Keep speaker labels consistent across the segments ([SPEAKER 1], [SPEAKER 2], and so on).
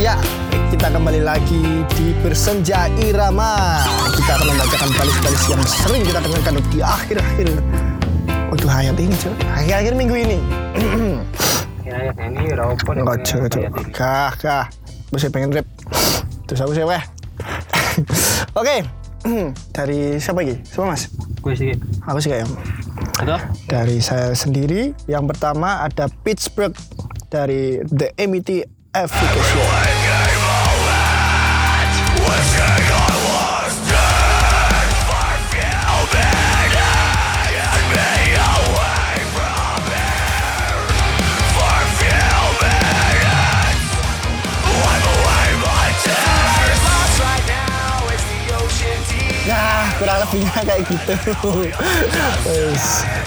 [SPEAKER 1] Ya, kita kembali lagi di Bersenja Irama. Kita akan membacakan balis-balis yang sering kita dengarkan di akhir-akhir. Waduh, hayat ini, cuy. Akhir-akhir minggu ini.
[SPEAKER 2] Ya, ini robot.
[SPEAKER 1] Enggak, cuy, cuy. Kah, kah. Gue sih pengen rap. Terus aku sih, weh. Oke. Dari siapa lagi? Siapa, Mas?
[SPEAKER 2] Gue sih.
[SPEAKER 1] Aku sih kayak
[SPEAKER 2] Ada?
[SPEAKER 1] dari saya sendiri. Yang pertama ada Pittsburgh dari The E MIT Application. Nah, kurang lebihnya kayak gitu. Terus,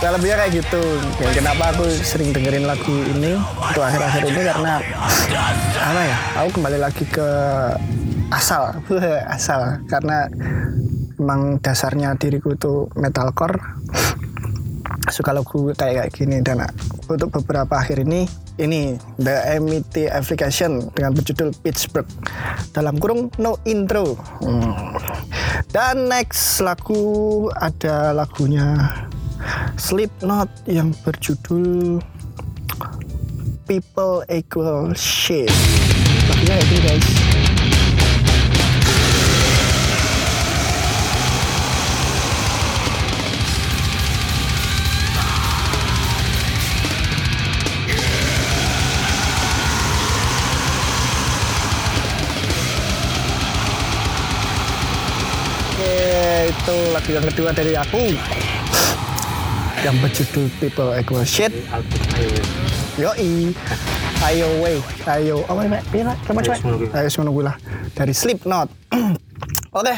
[SPEAKER 1] kurang lebihnya kayak gitu. Dan kenapa aku sering dengerin lagu ini untuk akhir-akhir ini karena apa ya? Aku kembali lagi ke asal, asal karena emang dasarnya diriku tuh metalcore suka lagu kayak kayak gini dan untuk beberapa akhir ini ini The MIT Application dengan berjudul Pittsburgh dalam kurung no intro Hmm. dan next lagu ada lagunya Slipknot yang berjudul People Equal Shit lagunya kayak gini guys Oke, itu lagu yang kedua dari aku yang berjudul People Equal Shit. Yoi. Ayo weh, ayo. Oh, wait, wait. Piye, Nak? Coba, coba.
[SPEAKER 2] Ayo, semono kuwi.
[SPEAKER 1] Ayo semono kuwi lah. Dari Slipknot. Oke,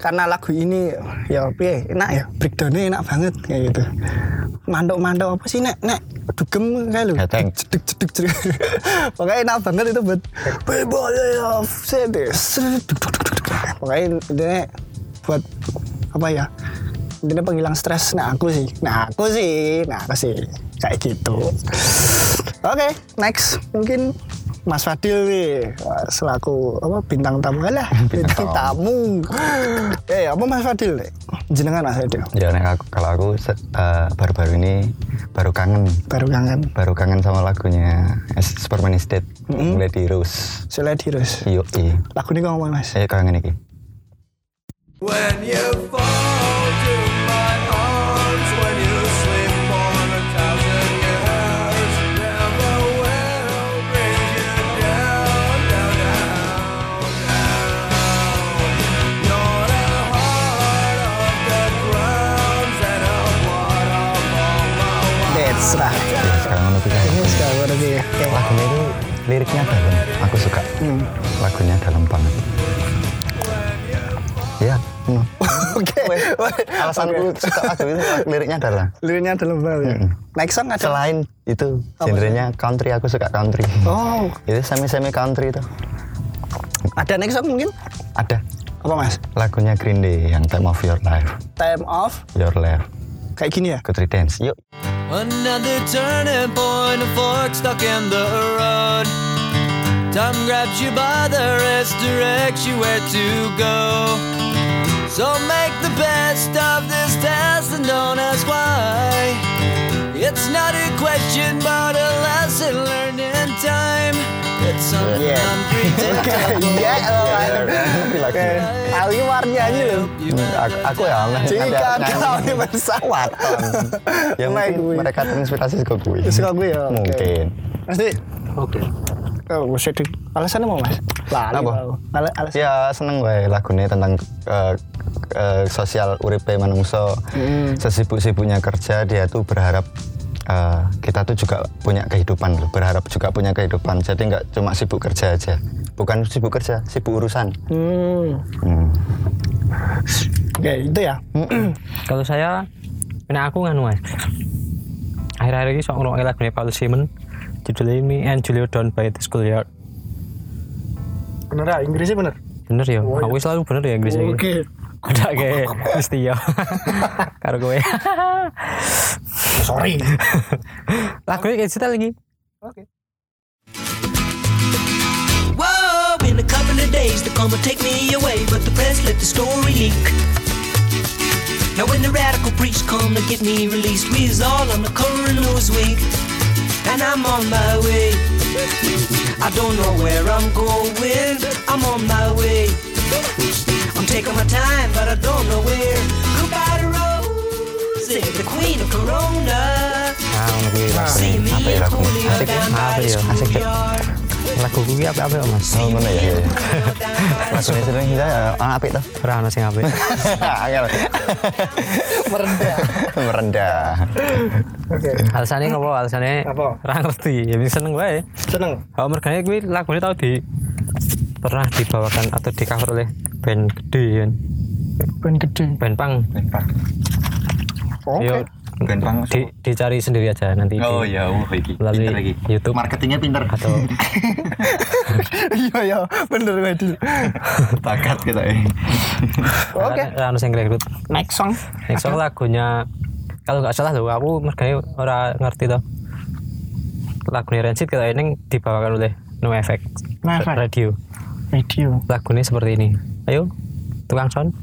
[SPEAKER 1] karena lagu ini ya piye, enak ya. Breakdown-nya enak banget kayak gitu. Mandok-mandok apa sih, Nek? Nek dugem kayak lho.
[SPEAKER 3] Gateng.
[SPEAKER 1] Cedek cedek cedek. Pokoknya enak banget itu buat people of sadness. Pokoknya intinya buat apa ya? Intinya penghilang stres. Nah aku sih, nah aku sih, nah aku sih kayak gitu. Oke, next mungkin Mas Fadil nih selaku apa bintang tamu lah bintang
[SPEAKER 3] Bintang
[SPEAKER 1] tamu. eh apa Mas Fadil nih? Jenengan Mas Fadil
[SPEAKER 3] Ya nek aku kalau aku se- eh, baru-baru ini baru kangen,
[SPEAKER 1] baru kangen.
[SPEAKER 3] baru kangen sama lagunya S- Superman is Dead, Lady Rose.
[SPEAKER 1] Selain Dirus.
[SPEAKER 3] Iyo i,
[SPEAKER 1] Lagu ini ngomong Mas.
[SPEAKER 3] saya kangen iki.
[SPEAKER 4] When you fall to my arms, when you sleep for a thousand years, never will bring you down, down, down, down. You're the heart of the ground and a part of all my
[SPEAKER 1] That's right.
[SPEAKER 3] Ya, sekarang ngono kita.
[SPEAKER 1] Ini sudah berarti ya. Oke.
[SPEAKER 3] Lagunya itu liriknya dalam, aku suka. Lagunya dalam banget. Ya, ngono.
[SPEAKER 1] Oke.
[SPEAKER 3] alasan aku suka lagu itu liriknya dalam.
[SPEAKER 1] Liriknya dalam banget ya. Next song ada.
[SPEAKER 3] Selain itu genrenya country, aku suka country.
[SPEAKER 1] Oh,
[SPEAKER 3] Itu semi-semi country itu
[SPEAKER 1] ada next song mungkin?
[SPEAKER 3] ada
[SPEAKER 1] Apa Mas?
[SPEAKER 3] lagunya Green Day yang Time of Your Life,
[SPEAKER 1] Time off
[SPEAKER 3] Your Life,
[SPEAKER 1] kayak gini ya.
[SPEAKER 3] Country Dance. Yuk.
[SPEAKER 4] Another turning point, a fork stuck in the road. Time grabs you by the wrist, directs you where to go. So make the best of this test and don't ask why. It's not a question, but a lesson learned in time. It's something
[SPEAKER 1] Yeah.
[SPEAKER 4] unpredictable.
[SPEAKER 1] Iya,
[SPEAKER 3] Tapi lagi.
[SPEAKER 1] Aku ini warnya aja loh.
[SPEAKER 3] Aku, aku ya aneh. Nanti
[SPEAKER 1] Jika
[SPEAKER 3] aku nyanyi.
[SPEAKER 1] kau ini bersawat.
[SPEAKER 3] Ya
[SPEAKER 1] Main
[SPEAKER 3] mungkin
[SPEAKER 1] gue.
[SPEAKER 3] mereka terinspirasi ke gue.
[SPEAKER 1] Suka gue ya. oke.
[SPEAKER 3] Mungkin.
[SPEAKER 1] Pasti.
[SPEAKER 2] Oke.
[SPEAKER 1] Oh, gue sedih. Alasannya mau mas? Lali
[SPEAKER 3] Apa?
[SPEAKER 1] mau. Ala- Alasan.
[SPEAKER 3] Ya seneng gue lagunya tentang eh, eh, sosial uripe manungso. Hmm. Sesibuk-sibuknya kerja dia tuh berharap eh, kita tuh juga punya kehidupan loh. Berharap juga punya kehidupan. Jadi nggak cuma sibuk kerja aja. Bukan sibuk kerja, sibuk urusan.
[SPEAKER 1] Hmm.
[SPEAKER 3] Hmm.
[SPEAKER 1] Oke, itu ya.
[SPEAKER 2] Kalau saya, ini aku nganu mas. Akhir-akhir ini sok ngurungin lagunya Paul Simon. Judulnya Me and Julio Down by the Schoolyard.
[SPEAKER 1] Bener ya, Inggrisnya bener.
[SPEAKER 2] Bener ya? Aku selalu bener ya Inggris ini.
[SPEAKER 1] Oke.
[SPEAKER 2] Ada kayak mesti ya. Karo kowe.
[SPEAKER 1] Sorry.
[SPEAKER 2] Lagunya kayak cerita lagi.
[SPEAKER 4] Whoa, in the company
[SPEAKER 5] days, the karma take me away, but the press let the story leak. Now when the radical preach come to get me released, we is all on the cover of Newsweek, and I'm on my way. I don't know where I'm going, I'm on my way. I'm taking my time, but I don't know where. Goodbye to Rose, the queen of Corona.
[SPEAKER 2] Nah, ngono kuwi lagu.
[SPEAKER 5] See me
[SPEAKER 3] Apa ya
[SPEAKER 5] and
[SPEAKER 3] lagunya?
[SPEAKER 5] Julio
[SPEAKER 2] Asik,
[SPEAKER 5] down by
[SPEAKER 2] apa
[SPEAKER 5] the
[SPEAKER 2] ya? Asik, Cek.
[SPEAKER 5] schoolyard.
[SPEAKER 2] Lagu kuwi apa-apa ya, Mas?
[SPEAKER 3] Oh, ngono ya. iya, iya. Lagunya sering kita orang apik tuh.
[SPEAKER 2] Ora ono sing apik.
[SPEAKER 3] Angel.
[SPEAKER 1] merendah
[SPEAKER 3] Merendah.
[SPEAKER 1] oke
[SPEAKER 2] Alasane ngopo? Alasane
[SPEAKER 1] Apa?
[SPEAKER 2] Ora ngerti. Ya wis seneng wae.
[SPEAKER 1] seneng
[SPEAKER 2] Oh, mergane kuwi lagune tau di pernah dibawakan atau di cover oleh band gede kan.
[SPEAKER 1] band gede
[SPEAKER 2] Band pang.
[SPEAKER 1] oke
[SPEAKER 2] Yo, di, dicari sendiri aja nanti. di-
[SPEAKER 3] iya.
[SPEAKER 6] Oh ya, wah iki.
[SPEAKER 2] Melalui
[SPEAKER 6] Pinter iki.
[SPEAKER 2] YouTube.
[SPEAKER 6] Marketingnya pinter.
[SPEAKER 2] Atau
[SPEAKER 1] iya iya bener Wadil
[SPEAKER 6] Bakat kita eh. ya.
[SPEAKER 1] oke
[SPEAKER 2] ora ono anu sing rekrut.
[SPEAKER 1] next song
[SPEAKER 2] Next song lagunya kalau nggak salah loh aku mergane ora ngerti toh. Lagunya Rancid kita ini dibawakan oleh No Effect
[SPEAKER 1] No Effect.
[SPEAKER 2] Radio.
[SPEAKER 1] video
[SPEAKER 2] Lagunya seperti ini. Ayo, tukang sound.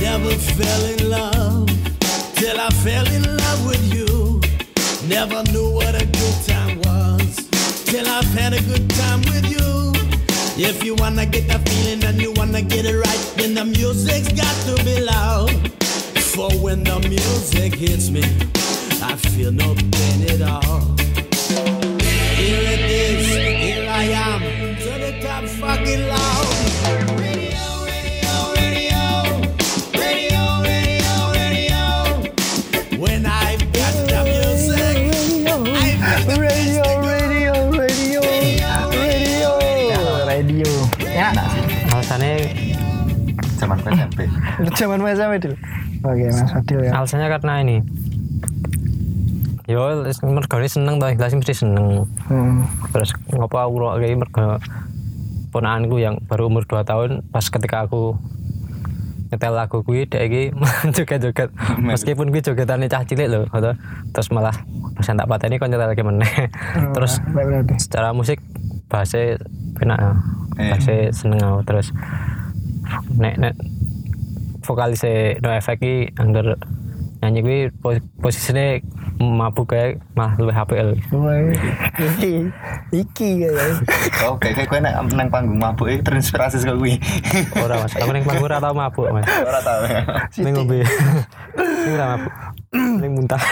[SPEAKER 7] Never fell in love till I fell in love with you. Never knew what a good time was till I've had a good time with you. If you wanna get that feeling and you wanna get it right, then the music's got to be loud. For when the music hits me, I feel no pain at all. Here it is, here I am, to the top fucking loud. Radio, radio, radio, radio, radio, radio. When I've got the music, I've got the
[SPEAKER 1] radio radio radio radio radio ya
[SPEAKER 2] Alasannya
[SPEAKER 6] Zaman gue SMP.
[SPEAKER 1] zaman mas Wadil oke mas Wadil ya
[SPEAKER 2] alasannya karena ini yo mergane seneng toh jelas mesti seneng
[SPEAKER 1] Hmm.
[SPEAKER 2] terus ngopo aku rok kayak mergo ponakanku yang baru umur 2 tahun pas ketika aku nyetel lagu kuwi dek iki joget-joget meskipun kuwi jogetane cah cilik lho atau terus malah pas yang tak pateni kon nyetel lagi meneh terus
[SPEAKER 1] Nah, berarti
[SPEAKER 2] secara musik bahasa enak
[SPEAKER 1] Eh.
[SPEAKER 2] ya.
[SPEAKER 6] Iya.
[SPEAKER 2] bahasa seneng aku terus nek nek e vokalisnya no effect ki angger nyanyi gue posisinya mabuk kayak malah lebih HPL
[SPEAKER 1] Woi, iki, iki kayaknya.
[SPEAKER 6] Oh, kayak gue nang nang panggung mabuk eh, terinspirasi sekali gue.
[SPEAKER 2] ora mas kamu neng panggur atau mabuk mas
[SPEAKER 6] Orang tahu ya.
[SPEAKER 2] neng ngombe neng ora mabuk neng muntah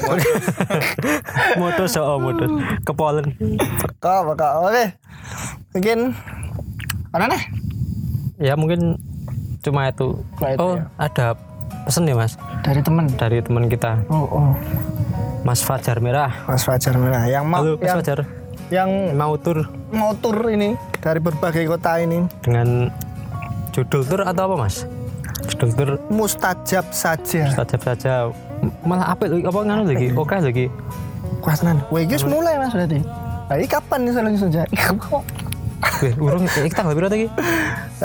[SPEAKER 2] modus oh modus kepolen
[SPEAKER 1] Kau apa kau? Oke, mungkin mana nih?
[SPEAKER 2] ya mungkin cuma itu
[SPEAKER 1] Cuma itu,
[SPEAKER 2] oh
[SPEAKER 1] ya.
[SPEAKER 2] ada pesen ya mas
[SPEAKER 1] Dari temen.
[SPEAKER 2] dari teman kita
[SPEAKER 1] Oh, oh,
[SPEAKER 2] Mas Fajar Merah.
[SPEAKER 1] Mas Fajar Merah. Yang mau,
[SPEAKER 2] Halo Mas
[SPEAKER 1] yang,
[SPEAKER 2] Fajar.
[SPEAKER 1] yang
[SPEAKER 2] Mau tur
[SPEAKER 1] mau tur ini dari berbagai kota ini.
[SPEAKER 2] dengan judul tur atau apa Mas? Judul tur
[SPEAKER 1] Mustajab saja.
[SPEAKER 2] tajam saja malah apa lagi apa nganu lagi oke lagi
[SPEAKER 1] Kuasnan. Wegis mulai mas berarti. Nah, ini kapan nih selanjutnya saja?
[SPEAKER 2] Wih, urung iki tanggal piro lagi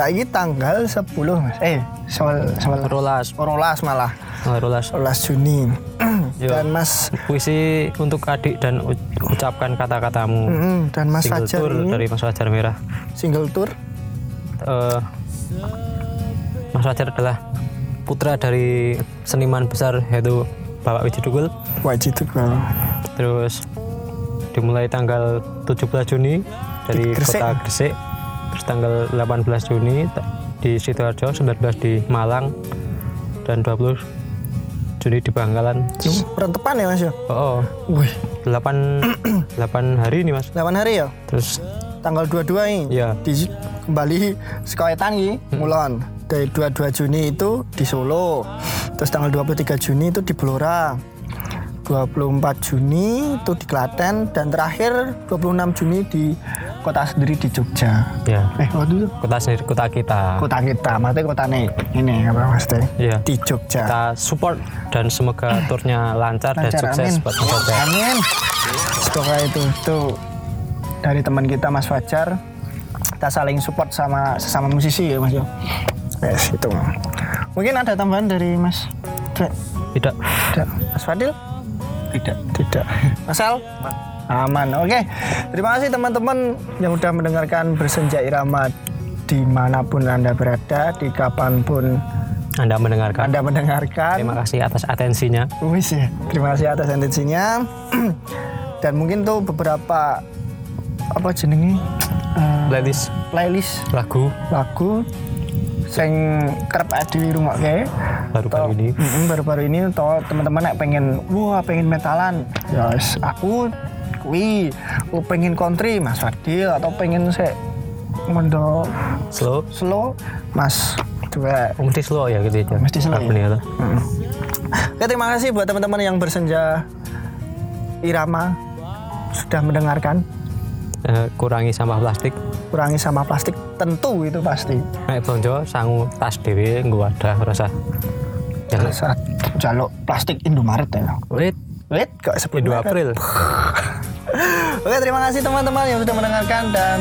[SPEAKER 1] Nah, ini tanggal 10 mas. Eh, soal soal
[SPEAKER 2] rolas
[SPEAKER 1] Orolas malah.
[SPEAKER 2] tanggal rolas
[SPEAKER 1] 11 Juni.
[SPEAKER 2] Yo.
[SPEAKER 1] dan Mas
[SPEAKER 2] puisi untuk adik dan u- ucapkan kata-katamu
[SPEAKER 1] Mm, dan Mas
[SPEAKER 2] single
[SPEAKER 1] Fajar
[SPEAKER 2] tour
[SPEAKER 1] ini
[SPEAKER 2] dari Mas Fajar Merah
[SPEAKER 1] single tour.
[SPEAKER 2] Eh, Mas Fajar adalah putra dari seniman besar yaitu Bapak Wiji Dugul
[SPEAKER 1] Wajib tuh kalau
[SPEAKER 2] terus dimulai tanggal 17 Juni
[SPEAKER 1] Di
[SPEAKER 2] dari
[SPEAKER 1] Gresik.
[SPEAKER 2] kota Gresik terus tanggal 18 Juni ta- di Sidoarjo 19 di Malang dan 20 Juni di Bangkalan
[SPEAKER 1] rentepan ya mas ya.
[SPEAKER 2] oh, oh
[SPEAKER 1] Wih,
[SPEAKER 2] 8 8 hari nih mas
[SPEAKER 1] 8 hari ya.
[SPEAKER 2] terus
[SPEAKER 1] tanggal 22 ini
[SPEAKER 2] Iya. Hmm.
[SPEAKER 1] di kembali sekoetan ini mulon dari 22 Juni itu di Solo terus tanggal 23 Juni itu di Blora 24 Juni itu di Klaten dan terakhir 26 Juni di kota sendiri di Jogja
[SPEAKER 2] ya
[SPEAKER 1] eh waduh
[SPEAKER 2] kota sendiri kota kita
[SPEAKER 1] kota kita maksudnya kota nih ini apa maksudnya
[SPEAKER 2] Iya.
[SPEAKER 1] di Jogja
[SPEAKER 2] kita support dan semoga turnya lancar, dan
[SPEAKER 1] Lancar,
[SPEAKER 2] sukses
[SPEAKER 1] amin.
[SPEAKER 2] buat Mas Fajar.
[SPEAKER 1] Amin. Semoga itu tuh dari teman kita Mas Fajar kita saling support sama sesama musisi ya Mas ya. Yes, itu. Mungkin ada tambahan dari Mas Dre-
[SPEAKER 2] tidak
[SPEAKER 1] Dre- Mas Fadil?
[SPEAKER 6] Tidak.
[SPEAKER 1] Tidak. Mas Al? Aman. Oke. Terima kasih teman-teman yang udah mendengarkan bersenja irama dimanapun anda berada, di kapanpun
[SPEAKER 2] Anda mendengarkan.
[SPEAKER 1] anda mendengarkan.
[SPEAKER 2] Terima kasih atas atensinya.
[SPEAKER 1] Wis ya. Terima kasih atas atensinya. Dan mungkin tuh beberapa apa jenenge eh,
[SPEAKER 2] Playlist
[SPEAKER 1] playlist
[SPEAKER 2] lagu
[SPEAKER 1] lagu sing kerep di rumah kayak
[SPEAKER 2] Baru-baru ini.
[SPEAKER 1] baru-baru ini atau teman-teman nek pengen wah pengen metalan ya wis, aku kuwi aku pengen country Mas Fadil atau pengen sik mondo
[SPEAKER 2] slow.
[SPEAKER 1] slow Mas Dua
[SPEAKER 2] Mesti slow ya gitu ya.
[SPEAKER 1] Mesti slow,
[SPEAKER 2] Aku
[SPEAKER 1] ya?
[SPEAKER 2] nih,
[SPEAKER 1] Oke, terima kasih buat teman-teman yang bersenja irama sudah mendengarkan
[SPEAKER 2] Eh, kurangi sampah plastik.
[SPEAKER 1] kurangi sama plastik tentu itu pasti
[SPEAKER 2] Nek blonjo sangu tas dhewe nggo wadah rasa. Jangan
[SPEAKER 1] saat jaluk plastik Indomaret ya
[SPEAKER 2] wait
[SPEAKER 1] wait kok sebut
[SPEAKER 2] 2
[SPEAKER 1] merek.
[SPEAKER 2] April.
[SPEAKER 1] Oke, terima kasih teman-teman yang sudah mendengarkan dan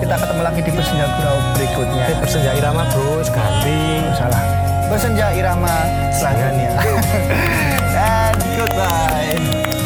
[SPEAKER 1] kita ketemu lagi di Bersenja Gurau berikutnya.
[SPEAKER 2] Eh, Bersenja irama bro, ganti.
[SPEAKER 1] Oh, salah. Bersenja Irama selanjutnya. dan goodbye.